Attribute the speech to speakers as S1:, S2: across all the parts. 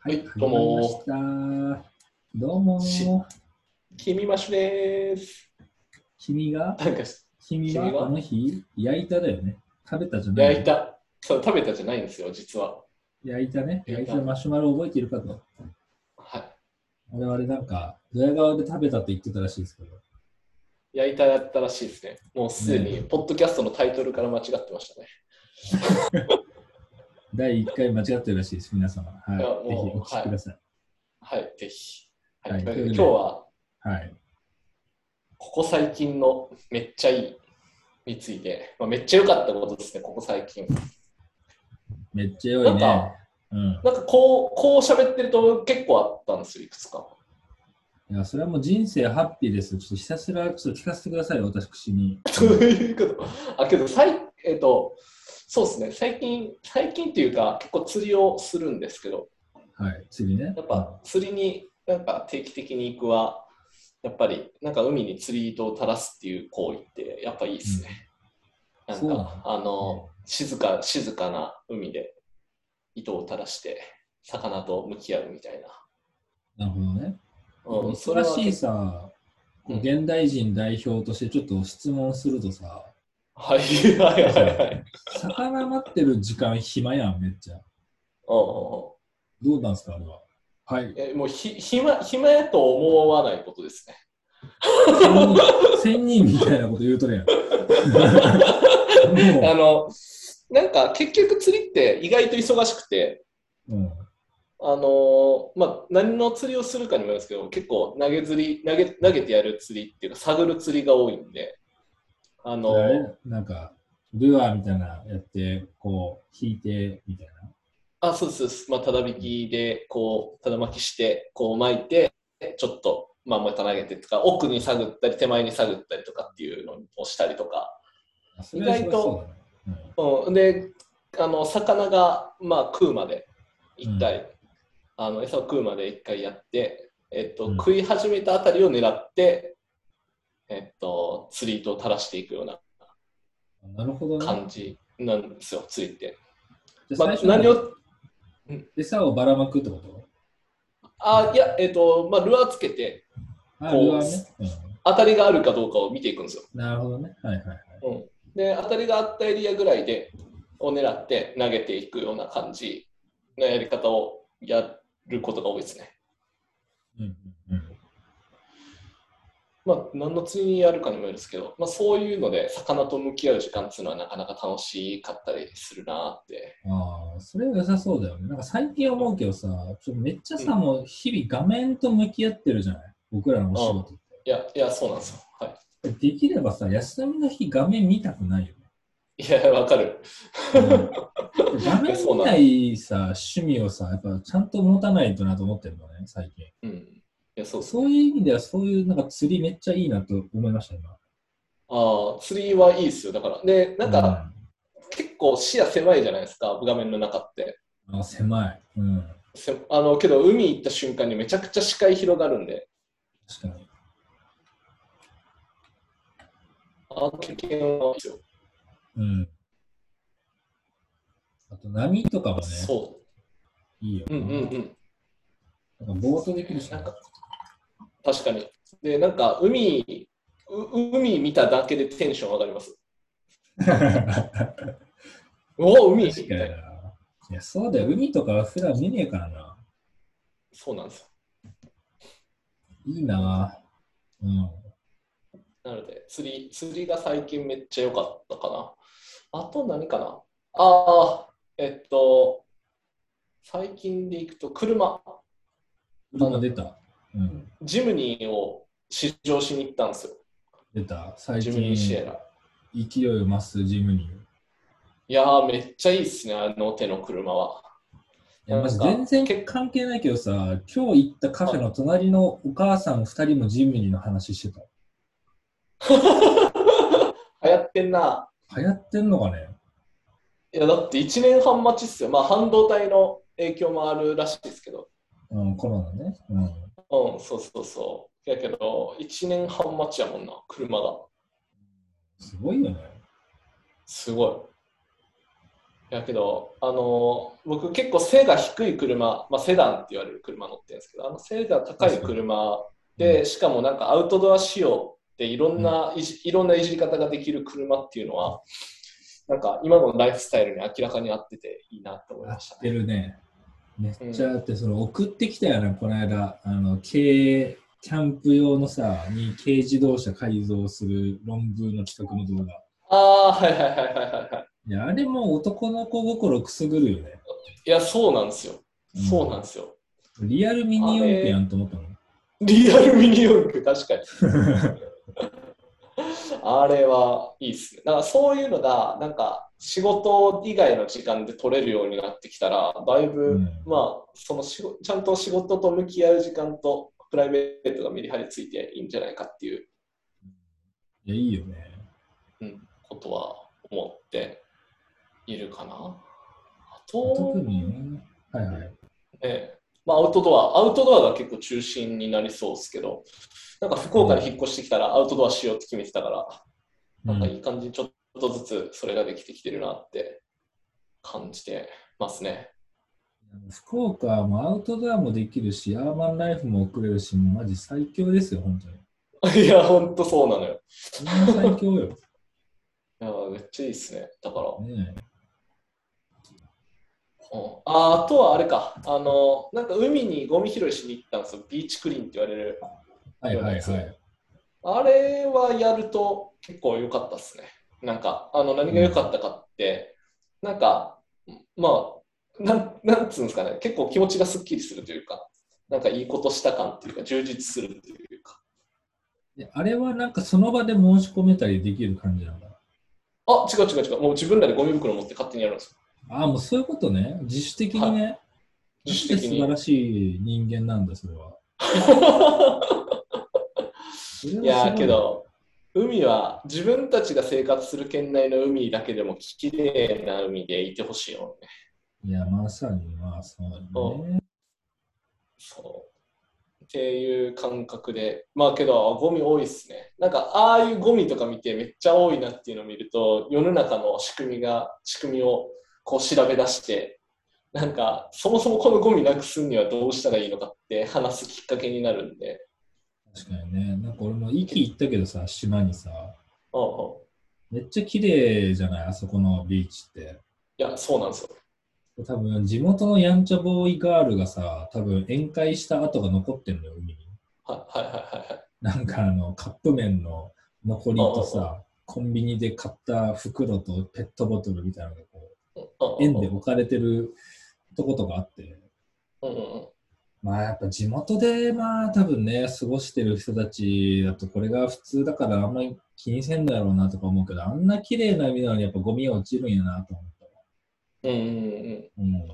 S1: はい、
S2: どう
S1: 始ま
S2: も
S1: りました。どう
S2: し
S1: も。
S2: 君マッシュです。
S1: 君が、
S2: なんかし
S1: 君は
S2: 君が
S1: あの日、焼いただよね。食べたじゃない。
S2: 焼いた、そう食べたじゃないんですよ、実は。
S1: 焼いたね。
S2: 焼
S1: 焼
S2: い
S1: い
S2: た
S1: たマシュマロ覚えてるかと。
S2: は
S1: 我々なんか、ドヤ顔で食べたって言ってたらしいですけど。
S2: い、焼いたやったらしいですね。もうすでに、ポッドキャストのタイトルから間違ってましたね。
S1: 第1回間違ってるらしいです、皆様。はいい。
S2: や
S1: ぜ
S2: もう
S1: ひお聞きください。
S2: はい、ぜひ。はい
S1: はい
S2: というわけで
S1: というわけで
S2: 今日は、
S1: はい。
S2: ここ最近のめっちゃいいについて、まあ、めっちゃ良かったことですね、ここ最近。
S1: めっちゃ良
S2: ないん
S1: ね
S2: か、。
S1: うん。
S2: なんかこう、こう喋ってると結構あったんですよ、いくつか。
S1: いや、それはもう人生ハッピーです。ちょっとひたすらちょっと聞かせてください、私 に。
S2: そういうこと。あ、けど、さい、えっ、と、そうですね、最近、最近っていうか、結構釣りをするんですけど、
S1: はい。次ね。
S2: やっぱ釣りに、なんか定期的に行くは、やっぱり、なんか海に釣り糸を垂らすっていう行為って、やっぱいいですね。
S1: うん
S2: なん
S1: そうな
S2: か、
S1: の
S2: あの、静か、静かな海で糸を垂らして、魚と向き合うみたい
S1: な
S2: な。
S1: るほどね。
S2: うん、それ
S1: 珍
S2: は
S1: しいさ、こう
S2: うん
S1: 現代人代表としてちょっと質問するとさ、
S2: はいはいはいはい。うん
S1: 魚待ってる時間暇やん、めっちゃ。
S2: うんうん
S1: どうなんすか、あれは。はい。
S2: えもうひ暇暇やと思わないことですね。
S1: 千人みたいなこと言うとるや ん。
S2: あ
S1: も
S2: のなんか結局釣りって意外と忙しくて、
S1: う、うん、
S2: あのまあ、何の釣りをするかにもよるんですけど結構投げ釣り投げ投げてやる釣りっていうか探る釣りが多いんで、あの
S1: あれなんか、ルアーみたいなやって、こう、引いてみたいな。
S2: あそうですそうです、まあ、ただ引きでこうただ巻きしてこう巻いてちょっと、まあ、また投げてとか奥に探ったり手前に探ったりとかっていうのをしたりとか。
S1: あそれは
S2: 意外と
S1: そうだね。
S2: うん、であの魚が、まあ、食うまで一回、あの餌を食うまで一回やって、えっと
S1: うん
S2: 食い始めたあたりを狙って、えっと、釣り糸を垂らしていくような
S1: うん、なるほどね。
S2: 感じなんですよ釣りって。
S1: じゃ
S2: ま
S1: あ
S2: あ
S1: 最、初
S2: 何を
S1: 餌をばらまくってこと
S2: あいや、えっとまあ、ルアーつけて
S1: あ、
S2: こう
S1: ルアーね、
S2: 当たりがあるかどうかを見ていくんですよ。
S1: うん。なるほどね。はいはいはい。
S2: で当たりがあったエリアぐらいでを狙って投げていくような感じのやり方をやることが多いですね。
S1: うんうんうん
S2: まあ、何の釣りにやるかにもよるんですけど、まあ、そういうので魚と向き合う時間っていうのはなかなか楽しかったりするなって
S1: ああ、それ良さそうだよね。なんか最近思うけどさ、ちょっとめっちゃさ、
S2: うん
S1: もう日々画面と向き合ってるじゃない僕らのお仕事っ
S2: いやいやそうなんですよ、は
S1: て。できればさ、休みの日画面見たくない よね。
S2: い、いやわかる
S1: うん画面見ないさ、趣味をさ、やっぱちゃんと持たないとなと思ってるのね、最近。
S2: うんいやそうそう
S1: そういう意味では、そういうなんか釣りめっちゃいいなと思いました、今。
S2: ああ釣りはいいですよだからでなんか、結構視野狭いじゃないですか画面の中って
S1: うん、あ狭い。うん。
S2: せあのけど海行った瞬間にめちゃくちゃ視界広がるんで
S1: 確かに。
S2: あの経験はいいですよ、
S1: うん。あと波とかもね、
S2: そ
S1: いいよ
S2: う
S1: な。
S2: うんうんうん
S1: なんかボートできるし
S2: なんか確かにでなんか海う海見ただけでテンション上がります おお海みた
S1: 確
S2: い
S1: かにな
S2: ない
S1: や、そうだよ。海とかは普段見ねえからな。
S2: そうなんですよ
S1: いいなうん。
S2: なので釣り釣りが最近めっちゃ良かったかなあと何かなああえっと最近でいくと車
S1: 車出た。うん。
S2: ジムニーを試乗しに行ったんですよ
S1: 出た。最
S2: ジムニ
S1: 近、
S2: ーシエ
S1: 勢
S2: ラ
S1: いを増すジムニー。い
S2: いやーめっちゃいいっすねあの手の車は
S1: や、マジ
S2: なんか
S1: 全然
S2: 結
S1: 関係ないけどさ、今日行ったカフェの隣のお母さん2人もジムニーの話してた。
S2: 流行ってんな
S1: 流行ってんのかね
S2: いやだって1年半待ちっすよまあ半導体の影響もあるらしいですけど
S1: うん、コロナね。うん。
S2: うん、そうそうそう。やけど、1年半待ちやもんな、車が。
S1: すごいよね。
S2: すごやけど、あの僕結構背が低い車、まあ、セダンって言われる車乗ってるんですけど、あの背が高い車で、しかもなんかアウトドア仕様でいろんな、いじいろんないじり方ができる車っていうのは、なんか今のライフスタイルに明らかに合ってていいなと思い
S1: 合
S2: ました
S1: っ。てるね。めっちゃあって、その送ってきたよな、この間、あの、軽、キャンプ用のさ、に軽自動車改造する論文の企画の動画。
S2: ああ、はいはいはいはいはいはい。
S1: いや、あれも男の子心くすぐるよね。
S2: いや、そうなんですよ。
S1: うん
S2: そうなんですよ。
S1: リアルミニ四駆やんと思ったの。
S2: リアルミニ四駆、確かに。あれはいいっすね。だからそういうのが、なんか仕事以外の時間で取れるようになってきたら、だいぶ、
S1: うん
S2: まあ、その仕事ちゃんと仕事と向き合う時間とプライベートがメリハリついていいんじゃないかっていう
S1: いや、いいよね。
S2: ことは思っているかな。あと
S1: 特、にね。はいはい。
S2: ねまあ、アウトドア、アウトドアが結構中心になりそうですけど、なんか福岡に引っ越してきたらアウトドアしようって決めてたから、なんかいい感じにちょっとずつそれができてきてるなって感じてますね。
S1: うん福岡もアウトドアもできるし、アーマンライフも送れるし、もうマジ最強ですよ、本当に。
S2: いや、ほんとそうなのよ。
S1: みんな最強よ。
S2: いや、めっちゃいいっすね。だから、うん、
S1: ねえ
S2: ああとはあれか、あの、なんか海にゴミ拾いしに行ったんですよ。ビーチクリーンって言われる。
S1: はいはいはい。
S2: あれはやると結構良かったですね。なんか、あの、何が良かったかって、なんか、まあ、なん、なんつうんですかね、結構気持ちがすっきりするというか、なんかいいことした感っていうか、充実するというか。
S1: であれはなんかその場で申し込めたりできる感じなんだ。
S2: あ、違う違う違う。もう自分らでゴミ袋持って勝手にやるんですよ。
S1: ああ、もうそういうことね。自主的にね。
S2: 自主
S1: なん
S2: 的
S1: て素
S2: に。
S1: 晴らしい人間なんだ、それは。それはすご
S2: い
S1: い
S2: やーけ。ど、海は自分たちが生活する県内の海だけでもきれいな海でいてほしいよね。
S1: いや、まさにまあそうね。
S2: そう。っていう感覚で、まあけど、ゴミ多いっすね。なんか、ああいうゴミとか見てめっちゃ多いなっていうのを見ると、世の中の仕組みが、仕組みをこう調べ出して、なんか、そもそもこのゴミなくすにはどうしたらいいのかって話すきっかけになるんで、
S1: 確かにね。なんか俺も息行ったけどさ、島にさ、
S2: うんうん。
S1: めっちゃ綺麗じゃない、あそこのビーチって。
S2: いや、そうなんですよ。
S1: 多分地元のやんちゃボーイガールがさ、多分宴会した跡が残ってんのよ、海に。
S2: はいはいはいはいはい。
S1: なんかあの、カップ麺の残りと
S2: うんう
S1: さ、コンビニで買った袋とペットボトルみたいなのがこう、
S2: うんうん
S1: 円
S2: うん
S1: で置かれてるとことかあって、
S2: うんうんうん
S1: まあやっぱ地元でまあ多分ね、過ごしてる人たちだとこれが普通だからあんまり気にせんだろうなとか思うけど、あんな綺麗な海なのにやっぱゴミが落ちるんやなと思ったわ。
S2: うんうんうん、
S1: うん。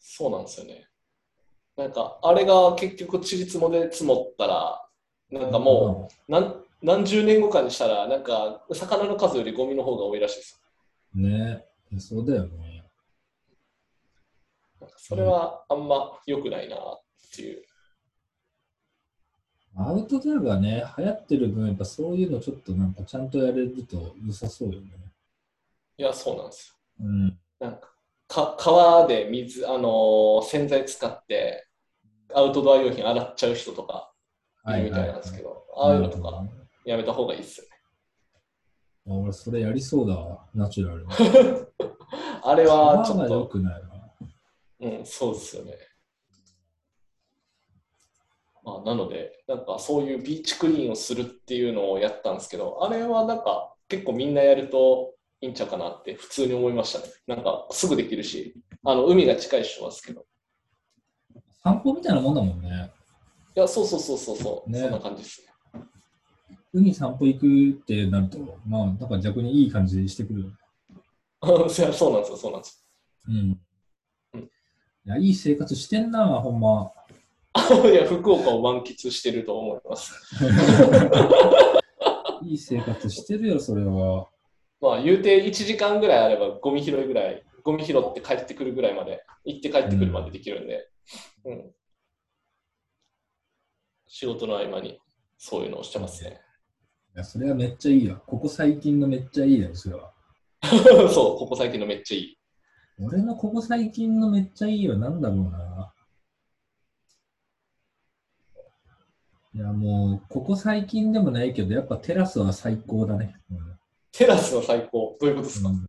S2: そうなんですよね。なんか、あれが結局、ちりつもで積もったら、なんかもう、なん何十年後かにしたら、なんか、魚の数よりゴミの方が多いらしいです。
S1: うん。ねいやそうだよね。
S2: なんかそれはあんま良くないなっていう。
S1: アウトドアがね、流行ってる分、やっぱそういうのちょっとなんかちゃんとやれると良さそうよね。
S2: いや、そうなんです
S1: うん。
S2: よ。なんか、か川で水、あのー洗剤使って、アウトドア用品洗っちゃう人とかいるみたいなんですけど、ああいうの
S1: な
S2: と
S1: るほ
S2: か
S1: どね
S2: やめた方がいいっすよね。
S1: あ俺、それやりそうだわ、ナチュラルに。
S2: あれは
S1: まあ
S2: ちょっ
S1: まあ良
S2: と、
S1: くないな。
S2: うん、そうですよね。まあ、なので、なんかそういうビーチクリーンをするっていうのをやったんですけど、あれはなんか結構みんなやるといいんちゃうかなって普通に思いましたね。なんかすぐできるし、あの海が近い人はですけど。
S1: 散歩みたいなもんだもんね。
S2: いや、そうそうそうそうそう、
S1: ね
S2: そんな感じですね。
S1: 海散歩行くってなると、まあ、なんか逆にいい感じしてくるよね。
S2: そうやそうなんですよ、そうなんです
S1: うん。
S2: うん
S1: いや、いい生活してんな、ほんま。
S2: よ。い や、福岡を満喫してると思います。
S1: いい生活してるよ、それは。
S2: まあ、言うて1時間ぐらいあれば、ゴミ拾いぐらい、ゴミ拾って帰ってくるぐらいまで、行って帰ってくるまでできるんで、うん。仕事の合間に、そういうのをしてま すね。
S1: いや、それはめっちゃいいわ。ここ最近のめっちゃいいよ、それは。
S2: そう、ここ最近のめっちゃいい。
S1: 俺のここ最近のめっちゃいいよ、なんだろうな。いや、もう、ここ最近でもないけど、やっぱテラスは最高だね。うん
S2: テラスの最高、どういうことですか、
S1: うん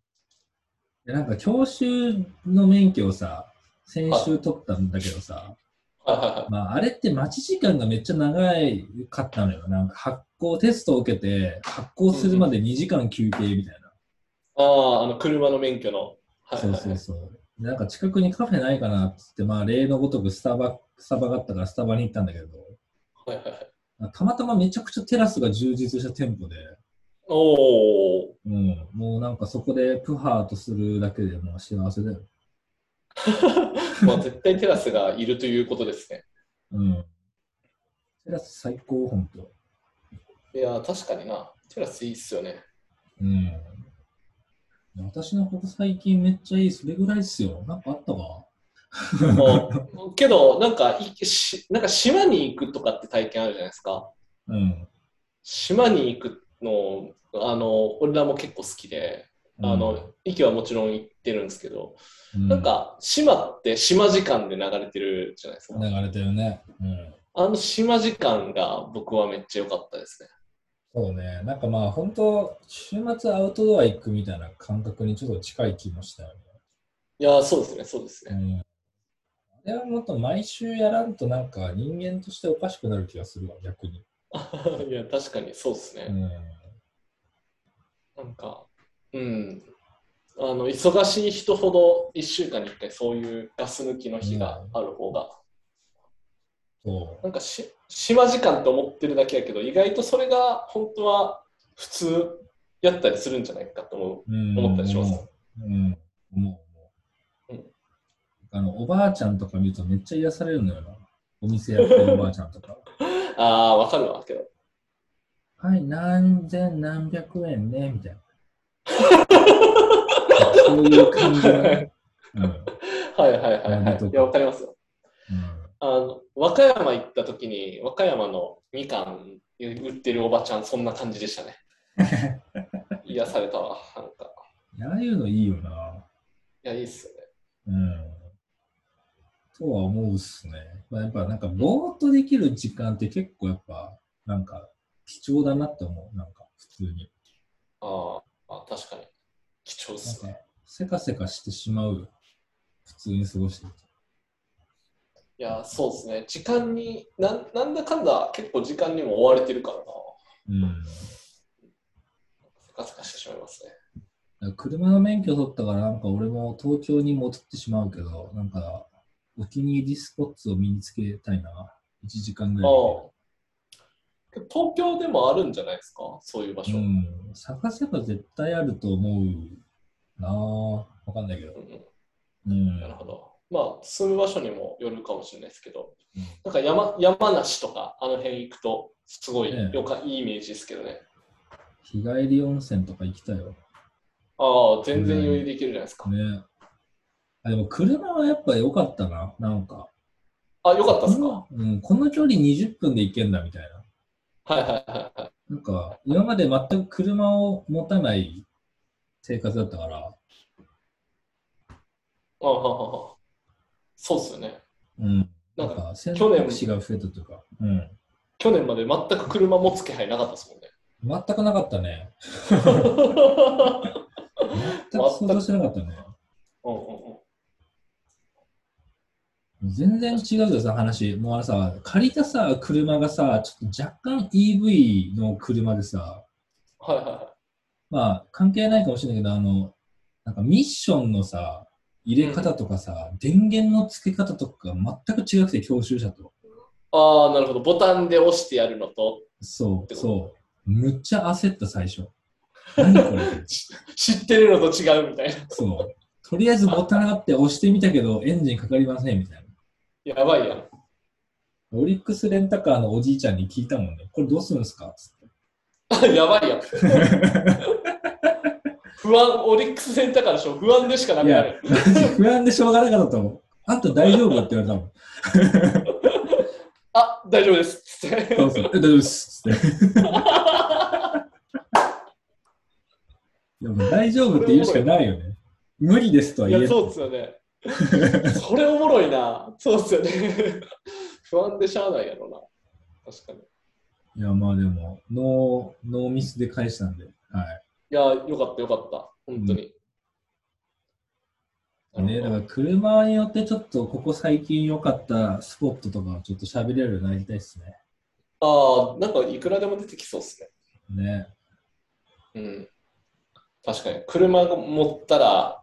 S1: でなんか教習の免許をさ、先週取ったんだけどさ、
S2: はいはいはい。
S1: まあ、あれって待ち時間がめっちゃ長いかったのよ。なんか発行、テストを受けて、発行するまで2時間休憩みたいな。
S2: ああ、あの、車の免許の。はい
S1: そうそうそう。でなんか近くにカフェないかなっつって、まあ例のごとくスタバ、スタバがあったからスタバに行ったんだけど、
S2: はいはいはい。
S1: たまたまめちゃくちゃテラスが充実した店舗で、
S2: おお。
S1: うん、もうなんかそこでプハーとするだけでもう幸せだよ。
S2: まあ、絶対テラスがいるということですね。
S1: うん。テラス最高、ほんと。
S2: いやー、確かにな。テラスいいっすよね。
S1: うん。私のここ最近めっちゃいい、それぐらいっすよ。なんかあったか
S2: もうけど、なんかいし、なんか島に行くとかって体験あるじゃないですか。
S1: うん。
S2: 島に行くの、あの、俺らも結構好きで、あの、息はもちろん行ってるんですけど、
S1: うん、
S2: なんか、島って島時間で流れてるじゃないですか
S1: うん、。流れてるね。うん。
S2: あの島時間が僕はめっちゃ良かったですね。
S1: そうね。なんかまあ、本当週末アウトドア行くみたいな感覚にちょっと近い気もしたよね。
S2: いやー、そうですね、そうですね。
S1: うん。あれはもっと毎週やらんとなんか人間としておかしくなる気がするわ、逆に。
S2: いや、確かにそうです
S1: う
S2: ね。
S1: ん。
S2: なんか、うん。あの、忙しい人ほど1週間に1回そういうガス抜きの日がある方が、
S1: そ
S2: なんかし島時間と思ってるだけやけど、意外とそれが本当は普通やったりするんじゃないかと思
S1: う。うん、
S2: 思ったりします
S1: うん。思う。
S2: う
S1: 思
S2: ん
S1: うあの、おばあちゃんとか見るとめっちゃ癒されるのよな。お店やってるおばあちゃんとか。
S2: う。ああー、わかるわけど。
S1: はい、何千何百円ね、みた いな。そういう感じがね。うん。うん
S2: はいはいはい
S1: あ
S2: は
S1: 本
S2: い。
S1: 当
S2: いや、わかりますよ。あの、和歌山行った時に、和歌山のみかん売ってるおばちゃん、そんな感じでしたね。 癒されたわ、なんか。
S1: いやああいうのいいよな。
S2: いや、いいっすよね。
S1: うん。とは思うっすね。まあ、やっぱなんか、ぼーっとできる時間って結構やっぱ、なんか、貴重だなって思う。なんか、普通に。
S2: ああ、確かに。貴重っす
S1: な
S2: ね。
S1: んか、せかせかしてしまうよ。普通に過ごしてると。
S2: いや、そうですね。時間になん、なんだかんだ結構時間にも追われてるから
S1: う
S2: な。
S1: ん。
S2: せかせかしてしまいますね。
S1: 車の免許取ったから、なんか俺も東京に戻ってしまうけど、なんか、お気に入りスポッツを身につけたいな。1時間ぐ
S2: あ
S1: らい
S2: あ。東京でもあるんじゃないですかそういう場
S1: で。
S2: 所。
S1: う
S2: うん
S1: ん。探せば絶対あると思うなあわかんないけど。うん。
S2: なるほど。まあ、住む場所にもよるかもしれないですけど
S1: うん、
S2: なんか山山梨とか、あの辺行くと、すごい
S1: ええ
S2: よか、いいイメージですけどね。
S1: 日帰り温泉とか行きたいよ。
S2: ああ、全然余裕でいけるじゃないですか。
S1: ね。あでも車はやっぱ良かったな。なんか。
S2: あ、よかったですか、は
S1: うん。この距離20分で行けんだみたいな。
S2: いはいはいはい。
S1: なんか、今まで全く車を持たない生活だったから、
S2: あああああそうっすよね。
S1: うん。
S2: な
S1: なんん
S2: か、
S1: か選
S2: 去年
S1: 択肢が増えたというか、うん。
S2: 去年まで全く車持つ気配なかったですもん ね。
S1: 全くなかったね。全く想像してなかったね。
S2: うんうんうん
S1: 全然違うよ、さ、話。もうあのさ、借りたさ、車がさ、ちょっと若干 EV の車でさ、
S2: はいはいはい。
S1: まあ、関係ないかもしれないけど、あの、なんかミッションのさ、入れ方とかさ、電源の付け方とか全く違くて、教習車と。
S2: ああ、なるほど。ボタンで押してやるのと、
S1: そ
S2: て
S1: う、
S2: こと
S1: そう。むっちゃ焦った、最初。何こ れ
S2: 知ってるのと違うみたい
S1: そう。とりあえずボタンあって押してみたけど、エンジンかかりません、みたいな。
S2: な。やばいやん。
S1: オリックスレンタカーのおじいちゃんに聞いたもんね。これどうするんですかつって。
S2: あやば いやん。 不安、オリックスセンターからでしょ、不安でしかなくなる。
S1: 不安でしょうがなかったもん。あんた大丈夫って言われたもん。
S2: あ、大丈夫です。つって
S1: そうそう。え大丈夫です。つって。でも大丈夫って言うしかないよね。無理ですとはい言え
S2: や、そうっす よね。それおもろいな。そうっすよね。不安でしゃあないやろな。確かに。い
S1: いや、まあでも、ノー、ノーミスで返したんで、は
S2: や、よかったよかった。本当に。
S1: い。ね、
S2: な
S1: だから
S2: るほ
S1: 車によってちょっと、ここ最近良かったスポットとか、ちょっと喋れるようになりたいですね。
S2: どああ、なんかいくらでも出てきそうっす
S1: ね。
S2: ね。うん。確かに。車持ったら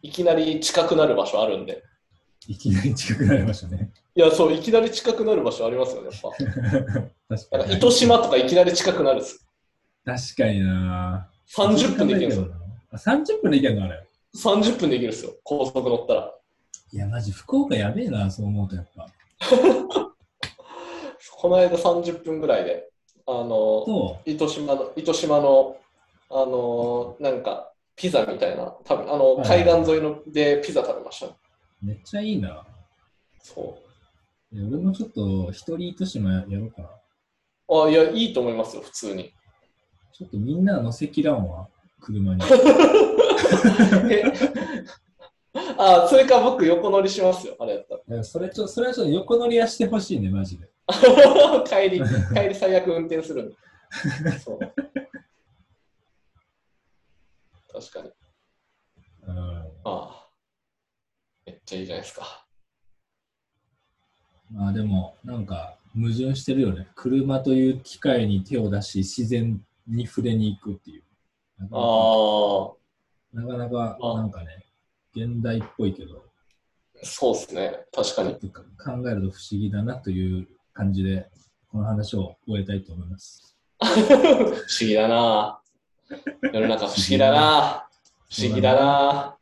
S2: いきなり近くなる場所あるんで。
S1: いきなり近くなりましたね。
S2: いや、そう、いきなり近くなる場所ありますよね、やっぱ。
S1: 確
S2: なん
S1: か
S2: か
S1: に。
S2: 糸島とかいきなり近くなるっす。
S1: 確かにな
S2: 30分で行けるんですよ。
S1: よ。あ30分で行けるのあれ。
S2: 30分で行けるっすよ、高速乗ったら。
S1: いや、マジ、福岡やべえな、そう思うとやっぱ。
S2: この間30分ぐらいで、あの、
S1: と、
S2: 糸島の、糸島の、あの、なんか、ピザみたいな、多分あの、
S1: はい
S2: 海岸沿いのでピザ食べました、ね。
S1: めっちゃいいな。
S2: そ
S1: いや俺もちょっと、一人糸島やろうかな。
S2: う。あ、いや、いいと思いますよ、普通に。
S1: ちょっとみんな乗せきらんわ、 車に。
S2: え あ、それか僕横乗りしますよ、あれやったら。
S1: いやそれちょ、それはちょっと横乗りはしてほしいね、マジで。
S2: 帰り、帰り最悪運転するんで。そう。確かに。
S1: うん。
S2: ああ。めっちゃいいじゃないですか。
S1: まあでも、なんか、矛盾してるよね。車という機械に手を出し、自然に触れに行くっていう。なか
S2: あ
S1: なか、な
S2: あ
S1: かなか
S2: あ
S1: なんかね、現代っぽいけど、
S2: そうですね。確か
S1: ちょ
S2: に
S1: っ。と考えると不思議だなという感じで、この話を終えたいと思います。
S2: 不思議だな。世の中不思議だな。不思議だな。